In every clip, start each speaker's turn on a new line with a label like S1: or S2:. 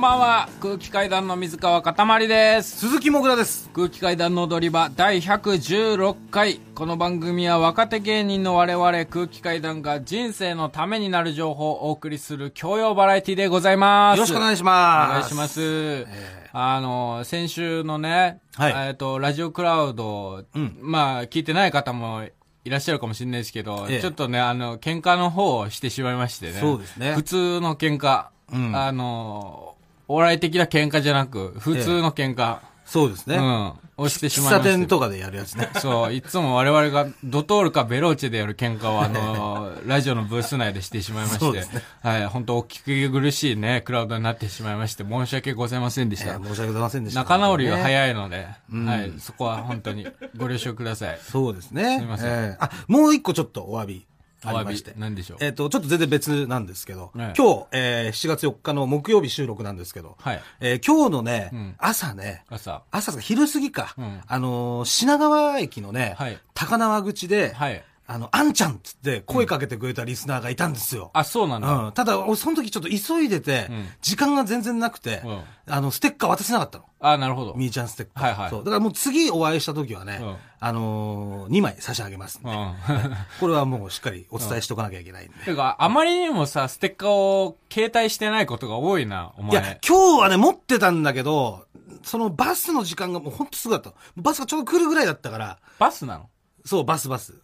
S1: ばんは空気階段の水川かたまりです
S2: 鈴木もぐらです
S1: 空気階段の踊り場第116回この番組は若手芸人の我々空気階段が人生のためになる情報をお送りする教養バラエティでございます
S2: よろしくお願い
S1: し
S2: します
S1: お願いします、あの先週のね、
S2: はい
S1: えっとラジオクラウド、
S2: うん
S1: まあ聞いてない方もいらっしゃるかもしれないですけど、
S2: ええ
S1: ちょっとね、あの、喧嘩の方をしてしまいましてね。
S2: そうですね
S1: 普通の喧嘩。
S2: うん
S1: あの、お笑い的な喧嘩じゃなく、普通の喧嘩。
S2: そうですね、
S1: うん。をしてしま
S2: 喫
S1: いま
S2: 茶
S1: した。
S2: 店とかでやるやつね
S1: そう、いつも我々がドトールかベローチェでやる喧嘩をあ の、ラジオのブース内でしてしまいま
S2: そ
S1: し
S2: う
S1: て、
S2: ですね
S1: はい、本当お聞き苦しいね、クラウドになってしまいまして、申し訳ございませんでし
S2: え
S1: た。
S2: ー申し訳ございませんでした
S1: 仲直りが
S2: い
S1: 早いので、はい、そこは本当にご了承ください。
S2: そうですね
S1: すいません
S2: えーあもう一個ちょっとお詫び
S1: お
S2: あり
S1: 詫
S2: ま
S1: び
S2: して、
S1: 何でしょう。
S2: えっ、とちょっと全然別なんですけど、
S1: ええ
S2: 今日、えー7月4日の木曜日収録なんですけど、
S1: はい
S2: えー今日のね、
S1: ん
S2: 朝ね
S1: 朝。
S2: 朝ですか昼過ぎか、
S1: うん
S2: あのー品川駅のね、
S1: はい
S2: 高輪口で、
S1: はい。
S2: あの、あんちゃんっつって声かけてくれたリスナーがいたんですよ。
S1: あ、そうなんだ。
S2: うん、ただ、俺その時ちょっと急いでて、
S1: うん
S2: 時間が全然なくて、
S1: うん
S2: あの、ステッカー渡せなかったの。
S1: あ、なるほど。
S2: みーちゃんステッカー。
S1: はいはい
S2: そう。だからもう次お会いした時はね、
S1: うん
S2: あのー、2枚差し上げますん
S1: う
S2: で、
S1: ん。
S2: これはもうしっかりお伝えしとかなきゃいけないんで。
S1: てか、あまりにもさ、ステッカーを携帯してないことが多いな、お
S2: いや
S1: 前、。
S2: 今日はね、持ってたんだけど、そのバスの時間がもうほんとすぐだったの。バスがちょうど来るぐらいだったから、
S1: バスなの
S2: そう、バスバス。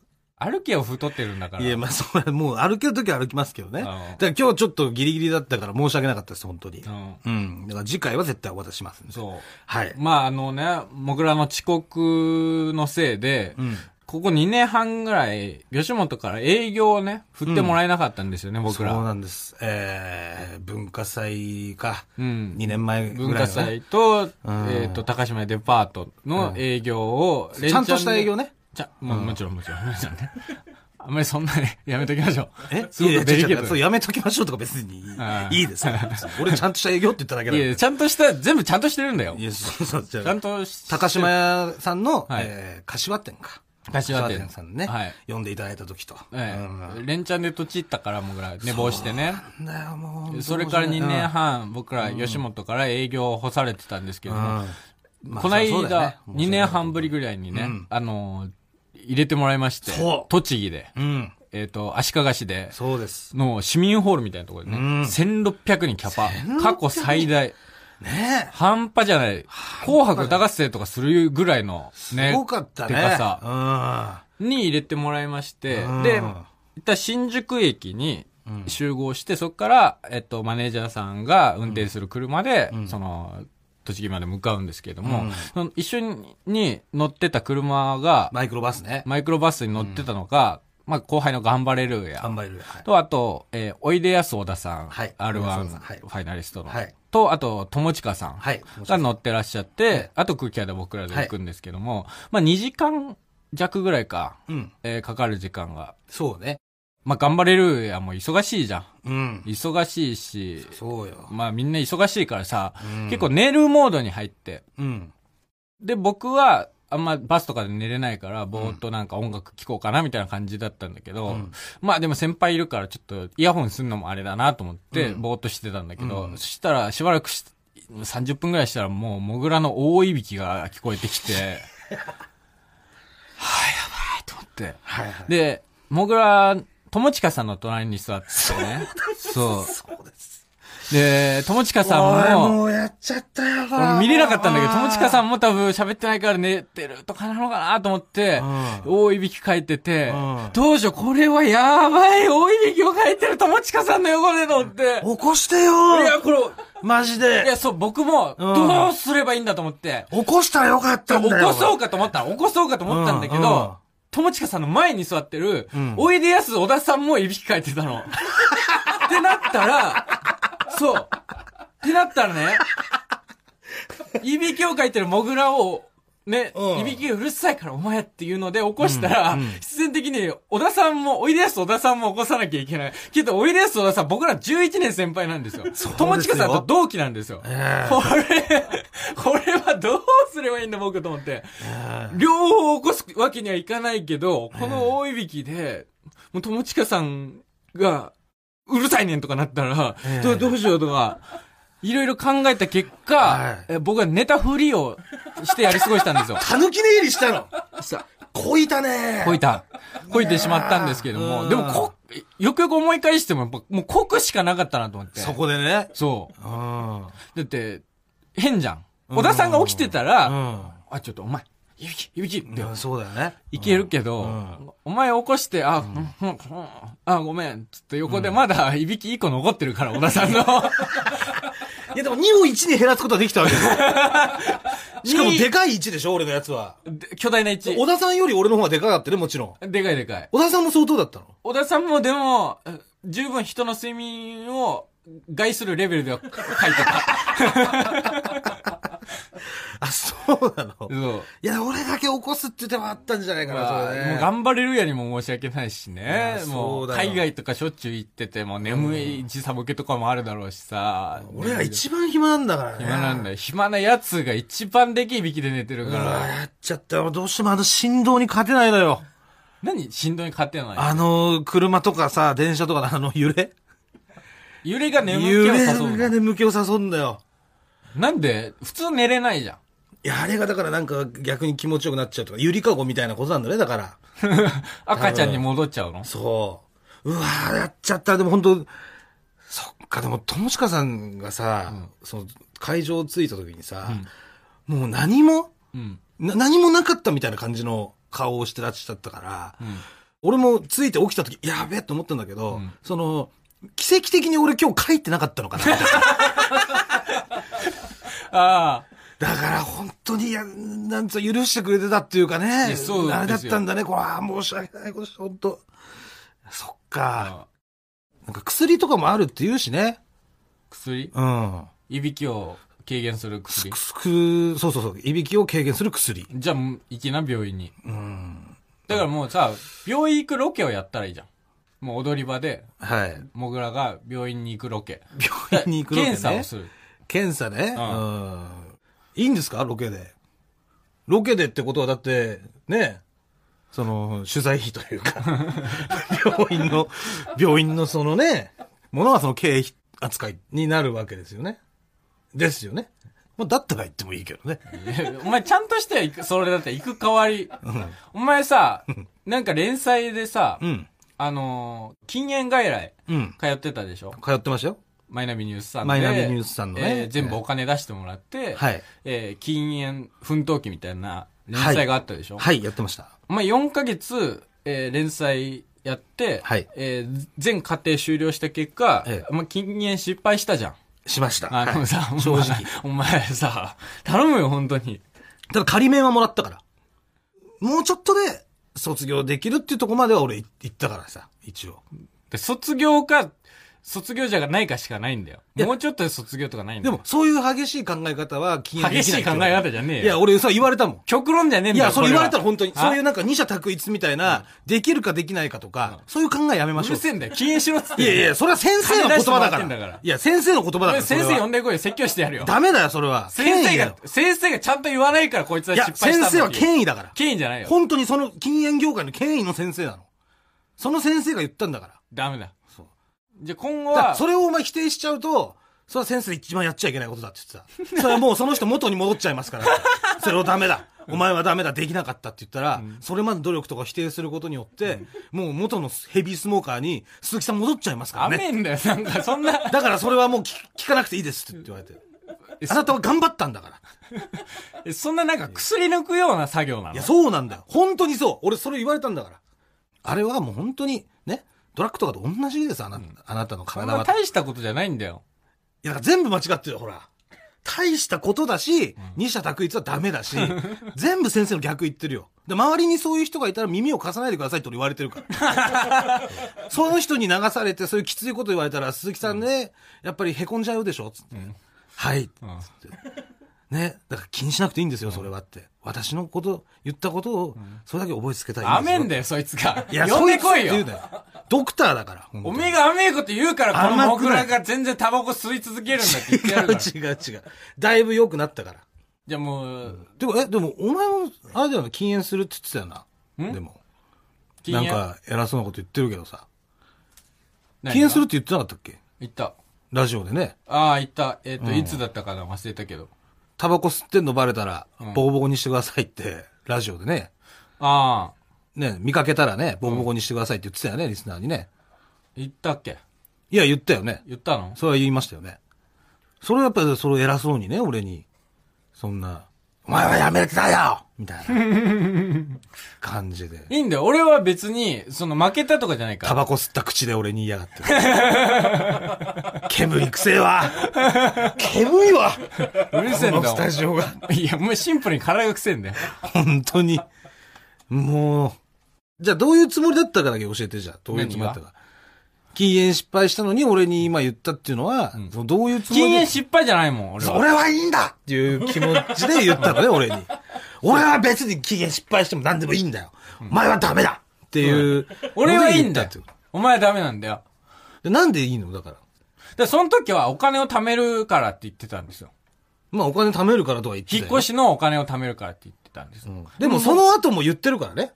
S1: 歩けよ、太ってるんだから。
S2: いや、まあ、それはもう歩ける時は歩きますけどね。
S1: うん
S2: だから今日ちょっとギリギリだったから申し訳なかったです、本当に
S1: う。ん。
S2: うん。だから次回は絶対お渡ししますんで。
S1: そう。
S2: はい。
S1: まあ、あのね、僕らの遅刻のせいで、
S2: うん。
S1: ここ2年半ぐらい、吉本から営業をね、振ってもらえなかったんですよね、僕
S2: そう
S1: ら。
S2: なんです。えー、文化祭か。
S1: うん。
S2: 2年前ぐ
S1: 文
S2: らいのね
S1: 化祭と、
S2: うん
S1: えっ、と、高島屋デパートの営業を、
S2: ちゃんとした営業
S1: ね。
S2: ね。
S1: ちゃ、ももちろんもちろん。もちろんね あんまりそんなに、やめときましょう。
S2: え
S1: すごく
S2: いやいや
S1: デリケー
S2: 違う違
S1: ト
S2: うそう、やめときましょうとか別に
S1: ああ
S2: いいですから。別に俺ちゃんとした営業って言っただけだ
S1: いや
S2: から。
S1: い
S2: い
S1: やちゃんとした、全部ちゃんとしてるんだよ。
S2: や、そうそう、じゃ
S1: ちゃ
S2: あ
S1: んとし
S2: 高島屋さんの、
S1: はい
S2: えー柏店か。
S1: 柏店
S2: さんね、
S1: はい
S2: 呼んでいただいた時と。
S1: ええ、連チャンでとちったから、もぐら、寝坊してね。
S2: うん。なんだよ、もう。
S1: それから2年
S2: 半。
S1: 半、僕ら、吉本から営業を干されてたんですけ
S2: う
S1: ど
S2: ん
S1: も、
S2: まあ
S1: この
S2: そうだよね
S1: 間、
S2: もうそれ
S1: 2年半ぶりぐらいにね
S2: うん、
S1: あのー、入れてもらいまして
S2: そ、う
S1: 栃木で、
S2: うん。
S1: えっと、足利市で、
S2: そうです。
S1: の市民ホールみたいなところでね、
S2: うん
S1: 1600人キャパ
S2: 1600人、
S1: 過去最大、
S2: ねえ。
S1: 半端じゃない、紅白歌合戦とかするぐらいの、ね、
S2: すごかったね。
S1: でかさ
S2: さ。
S1: に入れてもらいまして
S2: うん、
S1: で、一旦新宿駅に集合して、そこから、えっと、マネージャーさんが運転する車で、その、栃木まで向かうんですけども、
S2: うん
S1: その一緒に乗ってた車が、
S2: マイクロバスね。
S1: マイクロバスに乗ってたのが、まあ、後輩の頑張れるや
S2: 頑、張れる。はい
S1: と、あと、えーおいでやす小田さん、
S2: はい
S1: R1
S2: おいで
S1: フ
S2: やす小田さんはい
S1: ァイナリストの、
S2: はい
S1: と、あと、友近さん、
S2: はい。
S1: が乗ってらっしゃって、あと空気屋で僕らで行くんですけども、まあ2時間弱ぐらいか、
S2: うん。
S1: えーかかる時間が。
S2: そうね。
S1: まあ頑張れるやもう忙しいじゃん。
S2: うん。
S1: 忙しいし、
S2: そうよ。
S1: まあみんな忙しいからさ、
S2: うん
S1: 結構、寝るモードに入って。
S2: うん。
S1: で、僕は、あんまバスとかで寝れないから、ぼーっとなんか音楽聴こうかなみたいな感じだったんだけど、
S2: うん
S1: まあでも先輩いるからちょっとイヤホンすんのもあれだなと思って、
S2: うん
S1: ぼーっとしてたんだけど、
S2: うん
S1: そしたらしばらくし、30分ぐらいしたらもう、モグラの大いびきが聞こえてき て、はぁ、やばいと思って。
S2: はいはい。
S1: で、モグラ、友近さんの隣に座ってね。そ
S2: そうです。
S1: う。で、友近さん
S2: おい
S1: も、
S2: うやっちゃったよ、こ
S1: 俺見れなかったんだけど、友近さ
S2: ん。
S1: んも多分喋ってないから寝てるとかなのかなと思って、
S2: うん
S1: 大いびき書いてて
S2: うん、
S1: どうしよう、これはやばい、大いびきを書いてる友近さんの横で乗って、
S2: 起こして
S1: いや、
S2: よ
S1: これ、
S2: マジ
S1: い
S2: で
S1: や、そう、僕も、
S2: うん
S1: どうすればいいんだと思って、
S2: 起こしたらよかっ
S1: 起
S2: たんだよ。
S1: こそううかと思ったの、起こそうかと思ったんだけ
S2: うんうん
S1: ど、友近さんの前に座ってる
S2: うん、
S1: おいでやす小田さんもいびきかいてたの。ってなったら、そう。ってなったらね、いびきをかいてるモグラを、ね、
S2: うん
S1: いびきがうるさいからお前っていうので起こしたら、
S2: うんうん
S1: 必然的に小田さんも、おいでやす小田さんも起こさなきゃいけない。けど、おいでやす小田さん、僕ら11年先輩なんですよ。
S2: そうですよ
S1: 友近さんと同期なんですよ。
S2: ええ
S1: これ、これはどうすればいいんだ僕と思って。
S2: え
S1: 両方起こすわけにはいかないけど、この大いびきで、もう友近さんが、うるさいねんとかなったら、
S2: ええ
S1: どうどうしようとか、いろいろ考えた結果、
S2: はい
S1: え僕は寝たふりをしてやり過ごしたんですよ。
S2: たぬき寝入りしたの。こいたね
S1: こいた。こいてしまったんですけども、
S2: うん
S1: でもこ、よくよく思い返しても、やっぱもうこくしかなかったなと思って。
S2: そこでね。
S1: そう。
S2: うん。
S1: だって、変じゃん。小田さんが起きてたら、
S2: うん。
S1: あ、ちょっとお前、いびき、いびきって
S2: うんそうだよね。
S1: いけるけど、
S2: うん
S1: お前起こして、あ、うん、うん、うんあ、ごめん、つって横でまだいびき一個残ってるから、小田さん の。
S2: いやでも2を1に減らすことはできたわけです よ。しかも
S1: に
S2: でかい1でしょ、俺のやつは。
S1: で巨大な位置。
S2: 小田さんより俺の方がでかかったね、もちろん。
S1: でかいでかい。
S2: 小田さんも相当だったの
S1: 小田さんもでも、え十分人の睡眠を害するレベルでは書いてた。
S2: あ、 そうなの
S1: そう。も
S2: いや、俺だけ起こすって手はあったんじゃないかな、それね。
S1: う頑張れるやにも申し訳ないしね
S2: いや。
S1: も
S2: そう
S1: う、
S2: だよ
S1: 海外とかしょっちゅう行ってて、もう眠い時差ボケとかもあるだろうしさ。
S2: 俺ら一番暇なんだからね。
S1: 暇なんだ
S2: よ。
S1: よ。暇なやつが一番でけえいびきで寝てる
S2: う
S1: か
S2: わ
S1: ら。
S2: やっちゃったよ。どうしてもあの振動に勝てないのよ。
S1: 何しんどい勝てない
S2: あの、車とかさ、電車とかのあの揺れ
S1: 揺れが眠気
S2: 揺
S1: を
S2: れ
S1: 誘うの。
S2: が眠気を誘うんだよ。
S1: なんで普通寝れ ないじゃん。
S2: いや、あれがだからなんか逆に気持ちよくなっちゃうとか、ゆりかごみたいなことなんだね、だから。
S1: 赤ちゃんに戻っちゃうの
S2: そう。うわーやっちゃった。でも本当そっか、でも、友近さんがさ、その、会場着いた時にさ、もう何も、
S1: うん。
S2: な何もなかったみたいな感じの顔をしてらっしゃったから、
S1: うん。
S2: 俺も着いて起きた時、やべえと思ったんだけど、
S1: ん
S2: その、奇跡的に俺今日帰ってなかったのかな。
S1: ああ。
S2: だから本当に、いやなんつうの許してくれてたっていうか
S1: い
S2: ね。
S1: やそうですよ
S2: あれだったんだね。これは申し訳ないことした、本当そっか。なんか薬とかもあるって言うしね。
S1: 薬
S2: うん。
S1: いびきを軽減する薬
S2: く。すく、そうそうそう。いびきを軽減する薬。
S1: じゃあ、もう行きな、病院に。
S2: うん。
S1: だからもうさ、病院行くロケをやったらいいじゃん。もう踊り場で、
S2: はい。
S1: モグラが病院に行くロケ。
S2: 病院に行くロケ、ね。
S1: 検査をする。
S2: 検査ね。う。
S1: うん
S2: いいんですかロケで。ロケでってことはだって、ね。その、取材費という か、病院の、病院のそのね、ものはその経費扱いになるわけですよね。ですよね。まあ、だったら言ってもいいけどね。
S1: い やお前ちゃんとして行く、それだって行く代わり。お前さ、なんか連載でさ、
S2: うん。
S1: あのー禁煙外来
S2: うん。
S1: 通ってたでしょ
S2: 通ってましたよ。
S1: マイナビニュースさんで。
S2: マイナビニュースさんのね
S1: えー全部お金出してもらって、
S2: はい。
S1: えー禁煙奮闘記みたいな連載があったでしょ、
S2: はい、やってました。
S1: お前4ヶ月、えー連載やって、
S2: はい
S1: えー全過程終了した結果、
S2: ええ
S1: まあ、禁煙失敗したじゃん。
S2: しました。
S1: あのさ、お
S2: はい
S1: 前
S2: 正直。
S1: お前さ、頼むよ、本当に。
S2: ただ仮面はもらったから。もうちょっとで卒業できるっていうところまでは俺い行ったからさ、一応。
S1: で卒業か、卒業じゃないかしかないんだよ。
S2: いや
S1: もうちょっとで卒業とかないんだ
S2: で
S1: よ。
S2: も、、そういう激しい考え方は禁煙で
S1: 激
S2: き
S1: し
S2: ない
S1: い考え方じゃねえよ。
S2: いや、俺さ、言われたもん。
S1: 極論じゃねえん
S2: い
S1: だよ。
S2: や、そ
S1: こ
S2: れ言わ
S1: は
S2: れたら本当に、
S1: あ
S2: そういうなんか二者択一みたいな、できるかできないかとか、そういう考えやめま
S1: う
S2: しょ
S1: る
S2: う。
S1: せえんだよ。禁煙しろっつって。
S2: いやいや、それは先生の言葉だか
S1: 金出してもらってんだからら。
S2: いや、先生の言葉だ
S1: お
S2: か
S1: 前
S2: ら。それ
S1: 先
S2: は
S1: 生呼んでこいよ。説教してやるよ。
S2: ダメだよ、それは。
S1: 先
S2: 権威
S1: 生
S2: だ
S1: が
S2: よ、
S1: 先生がちゃんと言わないからこいつはい
S2: や
S1: 失、敗したん
S2: 先
S1: だ
S2: 生は
S1: 威。
S2: 権威だから。
S1: 権威じゃないよ。
S2: 本当にその禁煙業界の権威の先生なの。その先生が言ったんだから。
S1: ダメだ。
S2: そう
S1: じゃあ今後
S2: だから
S1: は、
S2: それをお前否定しちゃうと、それは先生一番やっちゃいけないことだって言ってた。それはもうその人元に戻っちゃいますから。 それをダメだ。お前はダメだ。できなかったって言ったら、それまで努力とかを否定することによって、もう元のヘビースモーカーに鈴木さん戻っちゃいますから
S1: 甘
S2: ね。
S1: えんだよ。なんかそんな、
S2: だからそれはもう聞聞かなくていいですって言われて。
S1: え
S2: あなたは頑張ったんだから。
S1: えそんななんか薬抜くような作業ないの
S2: や、。そうなんだよ。本当にそう。俺それ言われたんだから。あれはもう本当に、ね、ドラッグとかと同じです、あなた,、あなたの
S1: そん
S2: 体
S1: な
S2: は。
S1: 大したことじゃないんだよ。
S2: いや、だから全部間違ってるよ、ほら。大したことだし、二者択一はダメだ し、全部先生の逆言ってるよ。で、周りにそういう人がいたら耳を貸さないでくださいって俺言われてるから。 その人に流されて、そういうきついこと言われたら、鈴木さんね、やっぱり凹んじゃうでしょつって。はい。
S1: うん
S2: ね。だから気にしなくていいんですよ、それはって。私のこと、言ったことを、それだけ覚えつけたい
S1: 甘えん
S2: で
S1: だよ、そいつが。
S2: すよいや、
S1: 呼んでこい
S2: そつって言
S1: よ
S2: うな。ドクターだから。本当
S1: お
S2: に
S1: めえが甘えこと言うから、この
S2: 甘く
S1: 僕
S2: ない
S1: らが全然タバコ吸い続けるんだって言ってやるから。
S2: 違う違う違う。だいぶ良くなったから。
S1: じゃあもう、
S2: でも、え、でも、お前も、あれだよな、禁煙するって言ってたよな。
S1: ん
S2: でも、
S1: 禁
S2: なん
S1: 煙。
S2: か、偉そうなこと言ってるけどさ。
S1: 何が
S2: 禁煙するって言ってなかったっけ
S1: 言った。
S2: ラジオでね。
S1: ああ、言った。えっ、と、いつだったかな忘れたけど。
S2: タバコ吸ってんのバレたら
S1: うん、
S2: ボコボコにしてくださいって、ラジオでね。
S1: ああ、
S2: ね、見かけたらね、ボコボコにしてくださいって言ってたよね、リスナーにね。
S1: 言ったっけ
S2: いや、言ったよね。
S1: 言ったの
S2: それは言いましたよね。それはやっぱり、それを偉そうにね、俺に。そんな、お前はやめてたよみたいな 感じで。
S1: いいんだよ。俺は別に、その負けたとかじゃないから
S2: タ。バコ吸った口で俺に言いやがって。 煙くせえわ煙いわ
S1: うるせえん
S2: こ
S1: だ
S2: のス
S1: も
S2: タジオが。
S1: ん。いや、もうシンプルに体がくせえんだよ。
S2: 本当に。もう。じゃあどういうつもりだったかだけ教えて、じゃあ。どういうつもりだったか。禁煙失敗したのに俺に今言ったっていうのは、そのどういうつもり
S1: 禁
S2: で
S1: 煙失敗じゃないもん、俺は。
S2: 俺はいいんだっていう気持ちで言ったの ね、俺に。俺は別に期限失敗しても何でもいいんだよ。お前はダメだっていう。
S1: 俺はいいんだよ
S2: ので言ったってこ。
S1: お前はダメなんだよ。
S2: とでなんでいいのだから。
S1: で、その時はお金を貯めるからって言ってたんですよ。
S2: まあお金貯めるからとは言ってた
S1: 引っ
S2: よ
S1: 越しのお金を貯めるからって言ってたんです。
S2: うんでもその後も言ってるからね。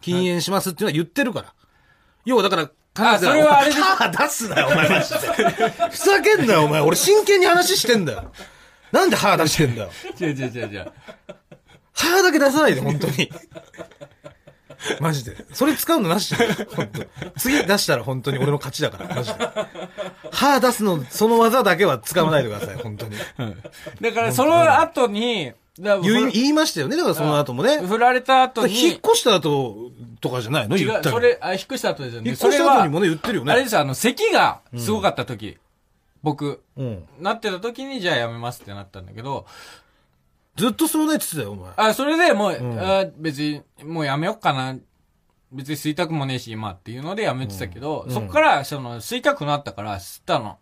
S2: 禁煙しますっていうのは言ってるから。要はだから、
S1: あそれはあれでしょ
S2: カー出すなよ、お前マジで。ふざけんなよ、お前。俺真剣に話してんだよ。なんで歯出してんだよ。
S1: 違う違う違う違う。
S2: 歯だけ出さないで、本当に。マジで。それ使うのなしだよ本当次出したら本当に俺の勝ちだから、マジで。歯出すの、その技だけは使わないでください、本当に。
S1: だから、その後に、だから
S2: 言い言いましたよね、だからその後もね。
S1: 振られた後に、
S2: 引っ越した後とかじゃないの
S1: 違
S2: 言っ
S1: う、
S2: た
S1: そ
S2: の。
S1: れ、あ、引っ越した後ですよね。
S2: 引っ越した後にもね、
S1: そ
S2: 言ってるよ
S1: れは、あれで
S2: ね。
S1: すよ、あの、咳がすごかった時、僕、
S2: うん。
S1: なってた時に、じゃあやめますってなったんだけど、
S2: ずっとそうないって言ってたよ、お前。
S1: あ、それでもう、あ別に、もうやめよっかな。別に吸いたくもねえし、今っていうのでやめてたけど、そっから、その、吸いたくなったから吸ったの。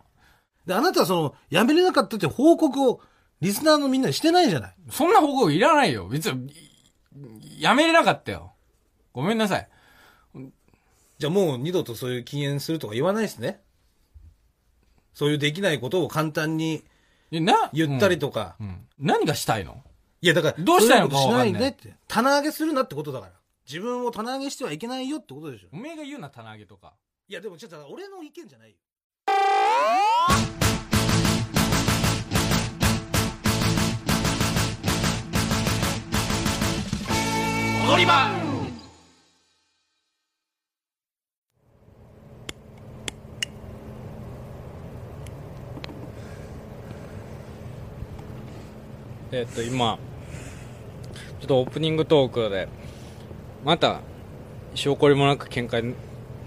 S2: で、あなたはその、やめれなかったって報告を、リスナーのみんなにしてないじゃない。
S1: そんな報告いらないよ。別に、いやめれなかったよ。ごめんなさい。
S2: じゃあもう二度とそういう禁煙するとか言わないですね。そういうできないことを簡単に
S1: でな、
S2: 言ったりとか。
S1: うん、うん何がしたいの
S2: いや、だから、
S1: どうしたいのか
S2: そういうことし
S1: わ
S2: ない
S1: かんな
S2: で
S1: い
S2: って。棚上げするなってことだから。自分を棚上げしてはいけないよってことでしょ。
S1: おめえが言うな、棚上げとか。
S2: いや、でもちょっと俺の意見じゃないよ。
S1: 踊り場えっと今ちょっとオープニングトークでまた証拠りもなく喧嘩に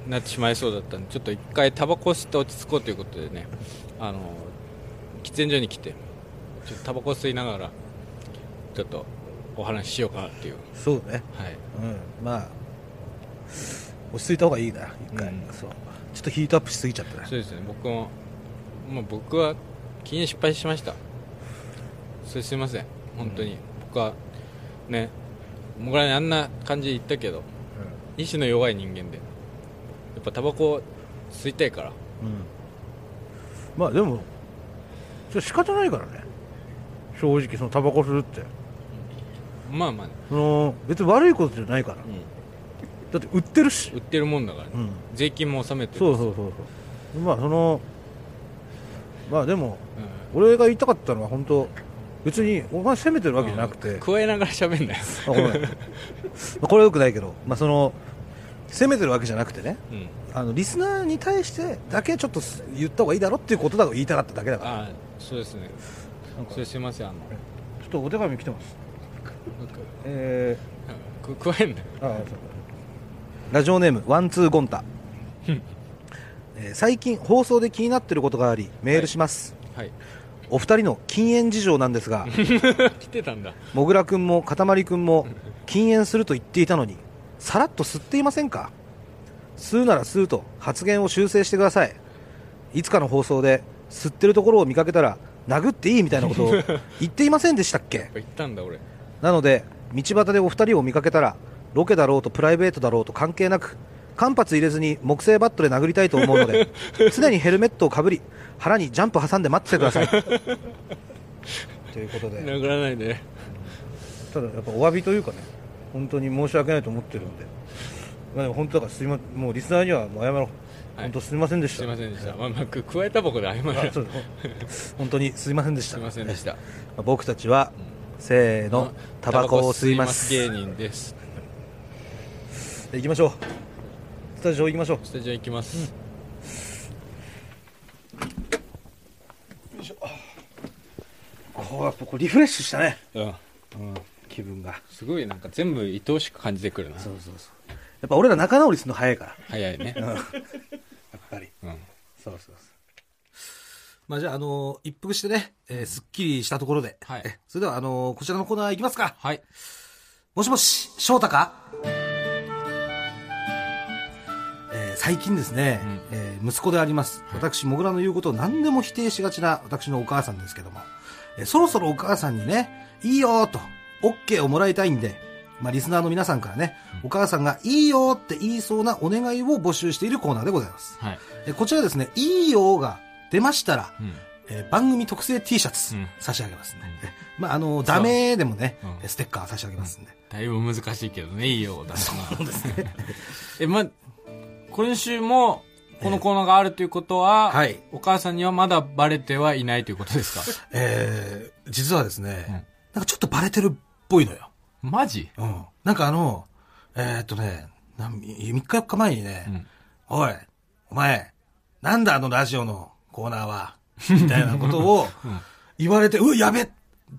S1: なってしまいそうだったんでちょっと一回タバコを吸って落ち着こうということでねあの喫煙所に来てちょっとタバコ吸いながらちょっとお話ししようかなっていう
S2: そうね。
S1: はい
S2: うん。まあ、落ち着いた方がいいな、一
S1: 回
S2: そう。ちょっとヒートアップしすぎちゃった
S1: そうですね僕も、まあ、僕は禁煙失敗しましたそれすいません本当に、僕はね僕らにあんな感じで言ったけど意志の弱い人間でやっぱタバコ吸いたいから
S2: うん、まあでもそれ仕方ないからね正直そのタバコ吸うって
S3: まあまあ、
S2: その別に悪いことじゃないから
S3: う
S2: だって売ってるし
S3: ん、売ってるもんだからね、
S2: うん
S3: 税金も納めてる
S2: そうそうそうそうまあそのまあでも
S3: う
S2: 俺が言いたかったのは本当別にお前責めてる
S3: ん
S2: わけじゃなくて、
S3: うん加えながら喋んなよ、
S2: あごめんまあこれはよくないけど、まあ、その責めてるわけじゃなくてね
S3: うん、
S2: あのリスナーに対してだけちょっと言った方がいいだろっていうことだと言いたかっただけだから
S3: ああそうですね
S2: なんか
S3: それすいませんあの
S2: ちょっとお手紙来てますえー、
S3: く加えんなよ
S2: ああそうラジオネームワンツーゴンタ、えー最近放送で気になってることがありメールします、
S3: はい
S2: お二人の禁煙事情なんで すが
S3: 来てたんだ
S2: もぐらくんもかたまりくんも禁煙すると言っていたのにさらっと吸っていませんか吸うなら吸うと発言を修正してくださいいつかの放送で吸ってるところを見かけたら殴っていいみたいなことを言っていませんでしたっけ
S3: 行ったんだ俺
S2: なので道端でお二人を見かけたらロケだろうとプライベートだろうと関係なく間髪入れずに木製バットで殴りたいと思う ので常にヘルメットをかぶり腹にジャンプ挟んで待っててくだ さいということで
S3: 殴らないで
S2: ただやっぱお詫びというかね本当に申し訳ないと思ってるんで、まあ、でも本当だからすいまもうリスナーにはもう謝ろう
S1: はい
S2: 本当すみませんでした
S1: すいませんでした、まあまあ、く加えたばこで謝
S2: あ
S1: る
S2: そう本当にすいませんでした
S1: すいませんでした
S2: まあ僕たちは、せーのタバコを吸います
S1: タバコ吸い芸人です
S2: 行きましょうスタジオ行きましょう
S1: スタジオ行きます、
S2: こうやっぱこうリフレッシュしたね、
S1: うん、
S2: うん、気分が
S1: すごいなんか全部愛おしく感じてくるな
S2: そうそうそうやっぱ俺ら仲直りするの早いから
S1: 早いね、
S2: やっぱり
S1: うん、
S2: そうそうそうまあじゃあ、あの一服してね、えーすっきりしたところで、
S1: はい
S2: えそれでは、あのこちらのコーナー行きますか。
S1: はい
S2: もしもし、翔太かえー最近ですね、えー息子であります。私、もぐらの言うことを何でも否定しがちな私のお母さんですけども、えーそろそろお母さんにね、いいよーと、OK をもらいたいんで、まあ、リスナーの皆さんからね、お母さんがいいよーって言いそうなお願いを募集しているコーナーでございます。
S1: はい
S2: えーこちらですね、いいよーが出ましたら、
S1: うん
S2: えー番組特製 T シャツ
S1: うん
S2: 差し上げますんで、えまあ、あの、ダメでもね、
S1: うん
S2: えステッカー差し上げますんで。
S1: だいぶ難しいけどねいいよだな
S2: そうですね。
S1: えま今週もこのコーナーがあるということは、
S2: えはい
S1: お母さんにはまだバレてはいないということです か
S2: えー実はですね、なんかちょっとバレてるっぽいのよ。
S1: マジ
S2: うん。なんかあの、えーっとね、なん3日4日前にね、おい、お前、なんだあのラジオのコーナーは、みたいなことを言われて、うわやべっ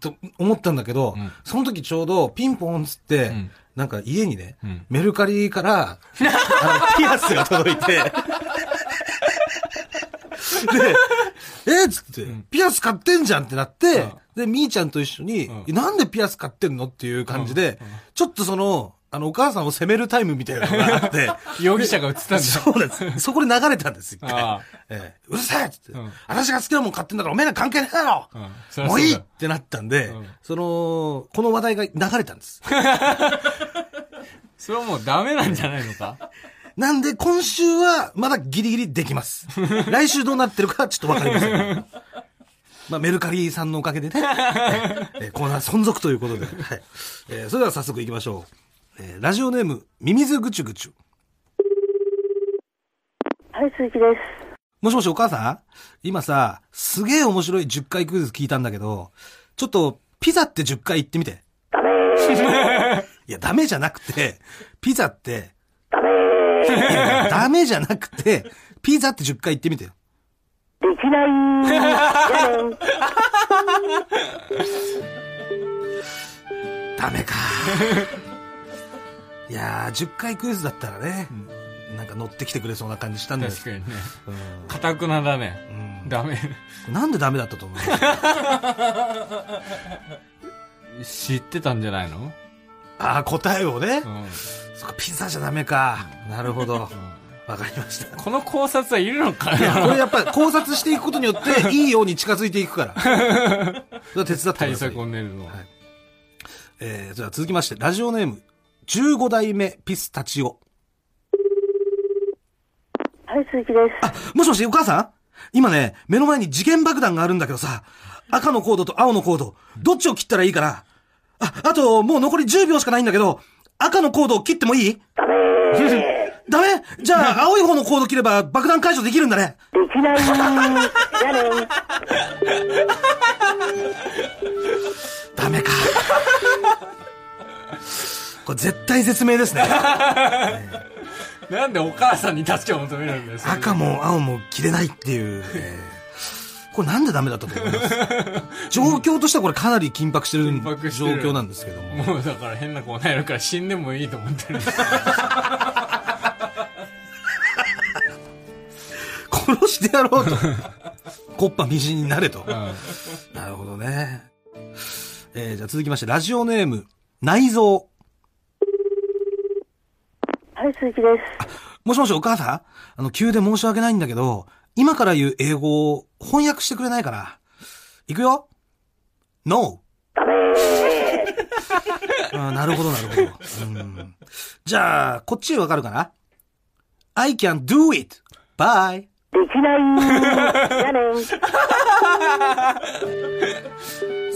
S2: と思ったんだけど、
S1: ん
S2: その時ちょうどピンポンっつって、
S1: ん
S2: なんか家にね、
S1: ん
S2: メルカリから、あの、ピアスが届いて、で、えっつって、ピアス買ってんじゃんってなって、で、みーちゃんと一緒に、
S1: ん
S2: えなんでピアス買ってんのっていう感じで、ちょっとその、あの、お母さんを責めるタイムみたいなのがあって、
S1: 容疑者が映ったんだ
S2: そう です。そこで流れたんです、一
S1: あ
S2: 回
S1: あ。
S2: ええうるせえっつって、
S1: ん
S2: 私が好きなもん買ってんだからおめえら関係ねえだろ、
S1: うんそりゃそうだ
S2: もういいってなったんで、
S1: うん
S2: その、この話題が流れたんです。
S1: それはもうダメなんじゃないのか
S2: なんで今週はまだギリギリでき ます。来週どうなってるかちょっとわかりません。まあ、メルカリさんのおか げでね、えーコーナー存続ということで、はいえーそれでは早速行きましょう。えーラジオネーム、ミミズぐちゅぐちゅ。
S4: はい、鈴木です。
S2: もしもしお母さん今さ、すげえ面白い10回クイズ聞いたんだけど、ちょっと、ピザって10回言ってみて。ダメ いや、ダメじゃなくて、ピザって、ダメいやダメじゃなくて、ピザって10回言ってみてよ。
S4: できない。じゃあね
S2: ダ メか。いやー、10回クイズだったらね、なんか乗ってきてくれそうな感じしたんです
S1: 確
S2: け
S1: か
S2: ど
S1: にねかたくなだね、ダメ
S2: なんでダメだったと 思う
S1: 知ってたんじゃないの、
S2: あー、答えをね。
S1: うん
S2: そっか、ピザじゃダメか。なるほど。 わかりました。
S1: この考察はいるのか
S2: いや、
S1: な
S2: これやっぱり考察していくことに よって、いいように近づいていくから。それは手伝ってく
S1: 対
S2: ださい
S1: 策を練るのは、
S2: はいえー、それでは続きまして、ラジオネーム、15代目ピスタチオ。
S4: はい、鈴木です。
S2: あ、もしもし、お母さん今ね、目の前に次元爆弾があるんだけどさ、赤のコードと青のコード、どっちを切ったらいいかなあ、あと、もう残り10秒しかないんだけど、赤のコードを切ってもいいダメダメじゃあ、青い方のコード切れば爆弾解除できるんだね。
S4: できない。じゃあね
S2: ダ メか。これ絶対絶命ですね。
S1: なんでお母さんに助けを求めるんだよそれ
S2: 赤も青も切れないっていう。 えーこれなんでダメだったと思います 状況としてはこれかなり緊迫してる
S1: 緊迫して
S2: 状
S1: る
S2: 況なんですけども。
S1: もうだから変なコーナーやるから死んでもいいと思ってる
S2: 殺してや ろうと。コッパみじんになれと。
S1: うん
S2: なるほどね。えーじゃあ続きまして、ラジオネーム、内臓。
S4: はい、鈴木です。
S2: もしもしお母さんあの、急で申し訳ないんだけど、今から言う英語を翻訳してくれないかな。いくよ !No! あーなるほど、なるほど。うんじゃあ、こっちわかるかな ?I can do it! Bye!
S4: できない。じゃあ ね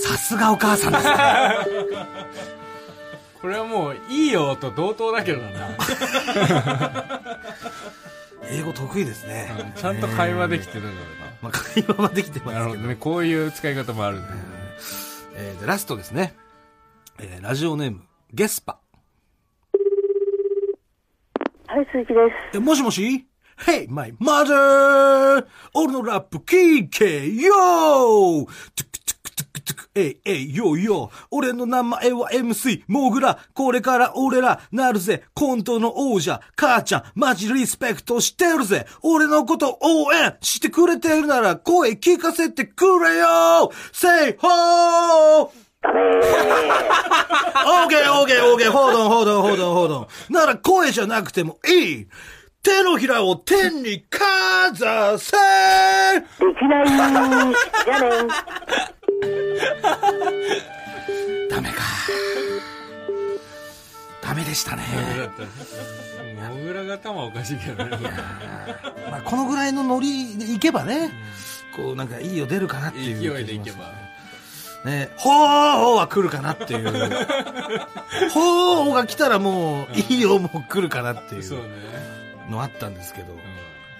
S2: さすがお母さんですね。
S1: これはもういいよと同等だけどな
S2: 英語得意ですね。
S1: ちゃんと会話できてるんだろ
S2: まあ、会話はできて
S1: う
S2: ま
S1: な。な
S2: す
S1: るほ
S2: けど。
S1: どね。こういう使い方もあるんだね。
S2: えーでラストですね。えーラジオネーム、ゲスパ。
S4: はい、鈴木です。
S2: えもしもし ?Hey, my mother! 俺のラップ聞けよトゥクトゥクトゥクトゥク、えいえいよよ俺の名前は MC、モグラ。これから俺らなるぜ。コントの王者、母ちゃん、マジリスペクトしてるぜ。俺のこと応援してくれてるなら声聞かせてくれよ !Say ho! オーケーオーケーオーケー、ほうどんほうどんほうどんほうどん。なら声じゃなくてもいい手のひらを天にかざせ
S4: できない。じゃねん。
S2: ダメか。ダメでしたね。
S1: モグラが頭おかしいけどね。
S2: まあ、このぐらいのノリでいけばね、こうなんかいいよ出るかなっていう。
S1: 勢いでいけば。。
S2: ね、ほーほーは来るかなって いう。ほーほーが来たらもう、いいよもう来るかなってい
S1: そう
S2: う
S1: ね。
S2: のあったんですけど。
S1: うん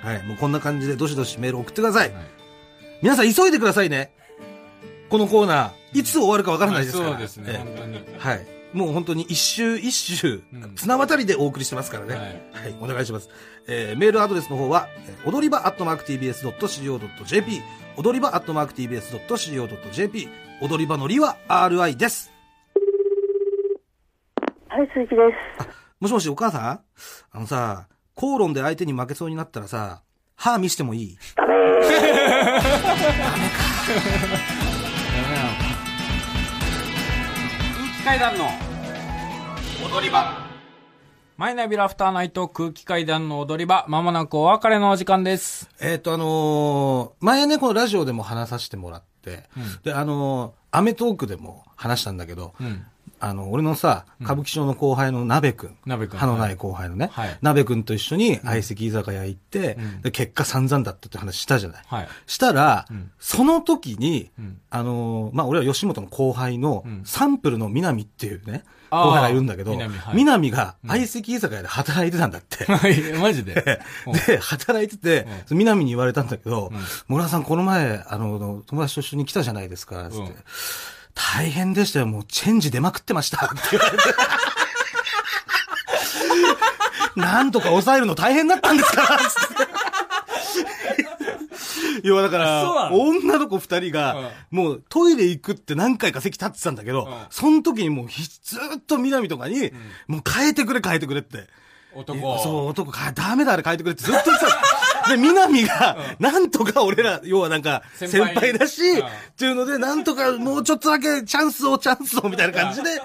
S2: はい、もうこんな感じでどしどしメール送ってください。
S1: はい
S2: 皆さん急いでくださいね。このコーナー、いつ終わるかわからないですから。
S1: そうですね、
S2: え
S1: 本当に。
S2: えはい。もう本当に一周一周、
S1: うん
S2: 綱渡りでお送りしてますからね。
S1: は
S2: はい、お願いします。えーメールアドレスの方は、えー踊り場アットマーク tbs.co.jp、踊り場アットマーク tbs.co.jp、踊り場のりは RI です。
S4: はい、鈴木です。
S2: もしもし、お母さんあのさ、口論で相手に負けそうになったらさ、歯見してもいい
S1: 空気階段の踊り場。マイナビラフターナイト空気階段の踊り場、まもなくお別れのお時間です。
S2: えっ、と、あのー前ね、このラジオでも話させてもらって、で、あのーアメトークでも話したんだけど、
S1: うん。
S2: あの、俺のさ、歌舞伎町の後輩の鍋くん。
S1: 鍋くん
S2: 歯のない後輩のね。
S1: はい
S2: 鍋くんと一緒に相席居酒屋行って、
S1: うん
S2: で結果散々だったって話したじゃない。
S1: はい。
S2: したら、
S1: うん
S2: その時に、
S1: うん
S2: あのーまあ、俺は吉本の後輩の
S1: うん
S2: サンプルの南っていうね、
S1: あー
S2: 後輩がいるんだけど、
S1: 南
S2: 南,、
S1: はい
S2: が相席居酒屋で働いてたんだって。
S1: はい、マジ で。うん
S2: で、働いてて、南に言われたんだけど
S1: うん、
S2: 村田さんこの前、あの、友達と一緒に来たじゃないですか、つっ
S1: うん
S2: て。大変でしたよ、もうチェンジ出まくってました、って言われて。 なんとか抑えるの大変だったんですから、つって。いや、だか
S1: そうな
S2: ら、
S1: の
S2: 女の子二人が、もうトイレ行くって何回か席立ってたんだけど、
S1: うん
S2: その時にもうひずーっと南とかに、もう変えてくれ変えてくれって。い
S1: 男
S2: やそう、男か、ダメだ、あれ変えてくれってずっと言っ てたので、南が、なんとか俺ら、要はなんか、
S1: 先
S2: 先
S1: 輩
S2: 輩
S1: に
S2: だし、
S1: うん
S2: っていうので、なんとかもうちょっとだけチャンスを、チャンスを、みたいな感じで、そう、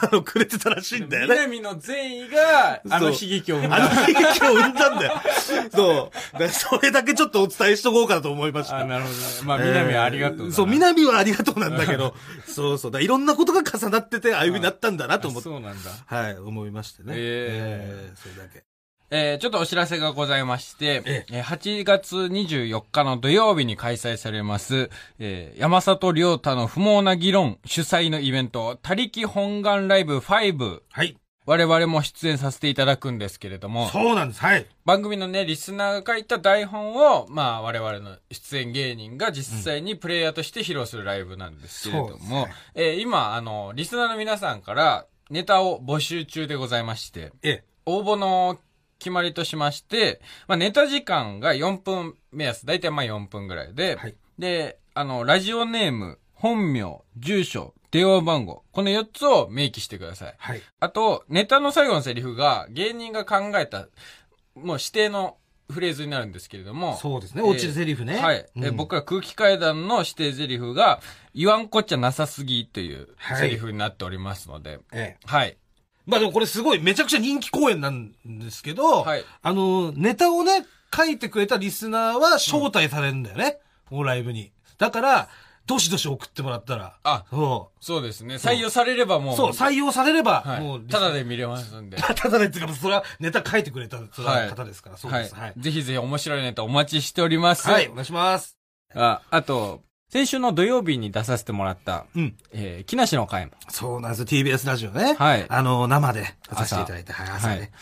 S2: あの、くれてたらしいんだよね。
S1: 南の善意が、あの
S2: そう
S1: 悲劇を生ん
S2: あの
S1: だ。
S2: 悲劇を生んだんだよ。そう。だからそれだけちょっとお伝えしとこうかなと思いました。
S1: あ、なるほどね。まあ、南はありがとうだ
S2: え
S1: な。
S2: ーそう、南はありがとうなんだけど、そうそう。だからいろんなことが重なってて、ああいう風になったんだなと思って、
S1: そうなんだ。
S2: はい、思いましてね。
S1: えー
S2: えーそれだけ。
S1: えーちょっとお知らせがございまして、え
S2: え
S1: ー8月24日の土曜日に開催されます、えー山里亮太の不毛な議論主催のイベント、他力本願ライブ5。
S2: はい。
S1: 我々も出演させていただくんですけれども、
S2: そうなんです。はい。
S1: 番組のね、リスナーが書いた台本を、まあ、我々の出演芸人が実際にプレイヤーとして披露するライブなんですけれ
S2: そ
S1: ど
S2: うです
S1: も、えー今、あの、リスナーの皆さんからネタを募集中でございまして、
S2: ええ。
S1: 応募の決まりとしまして、まあ、ネタ時間が4分目安、だいたいまあ4分ぐらいで、
S2: はい
S1: で、あの、ラジオネーム、本名、住所、電話番号、この4つを明記してください。
S2: はい。
S1: あと、ネタの最後のセリフが、芸人が考えた、もう指定のフレーズになるんですけれども、
S2: そうです
S1: え
S2: ね。
S1: ー
S2: 落ちるセリフね。
S1: はい。
S2: うん
S1: え僕ら空気階段の指定セリフが、言わんこっちゃなさすぎという
S2: はい
S1: セリフになっておりますので、
S2: ええ
S1: はい。
S2: まあでもこれすごい、めちゃくちゃ人気公演なんですけど、
S1: はい
S2: あの、ネタをね、書いてくれたリスナーは招待されるんだよね。このライブに。だから、どしどし送ってもらったら。
S1: あ
S2: そ
S1: そうですね。採用されればも
S2: う。
S1: う、
S2: そう、採用されれば、
S1: はい
S2: もう、リス
S1: ただで見れますんで。
S2: たただでっていうか、それはネタ書いてくれたそれ
S1: はい
S2: は方ですから、そうです。はい。
S1: ぜひぜひ面白いネタお待ちしております。
S2: はい、お願いします。
S1: あ、あと、先週の土曜日に出させてもらった、
S2: うん。
S1: えー、木梨の会も。
S2: そうなんですよ、TBS ラジオね。
S1: はい
S2: あの、生で出させていただいて、はい、朝
S1: はい
S2: ね。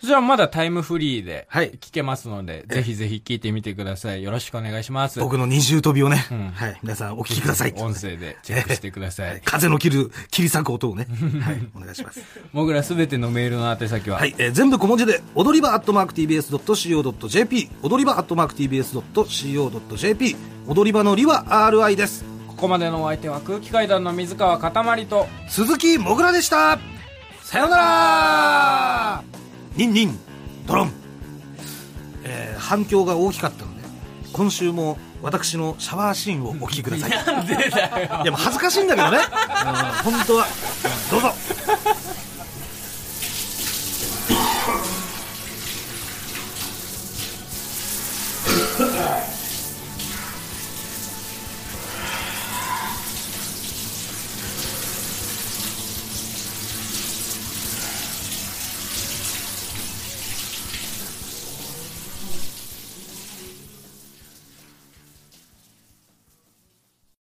S1: そちらもまだタイムフリーで
S2: はい
S1: 聞けますので、ぜひぜひ聞いてみてください。よろしくお願いします。
S2: 僕の二重飛びをね、はい、皆さんお聞きください。
S1: 音声でチェックしてくださ
S2: はいい。風の切る、切り裂く音を ね、はい、お願いします。
S1: もぐらすべてのメールの宛先は、
S2: はい、えー全部小文字で、踊り場アットマーク TBS.CO.JP、踊り場アットマーク TBS.CO.JP、踊り場のりは RI です。
S1: ここまでのお相手は空気階段の水川かたまりと、
S2: 鈴木もぐらでしたさようならニンニンドロン、えー反響が大きかったので今週も私のシャワーシーンをお聞きくださいいやもう恥ずかしいんだけどね本当はどうぞ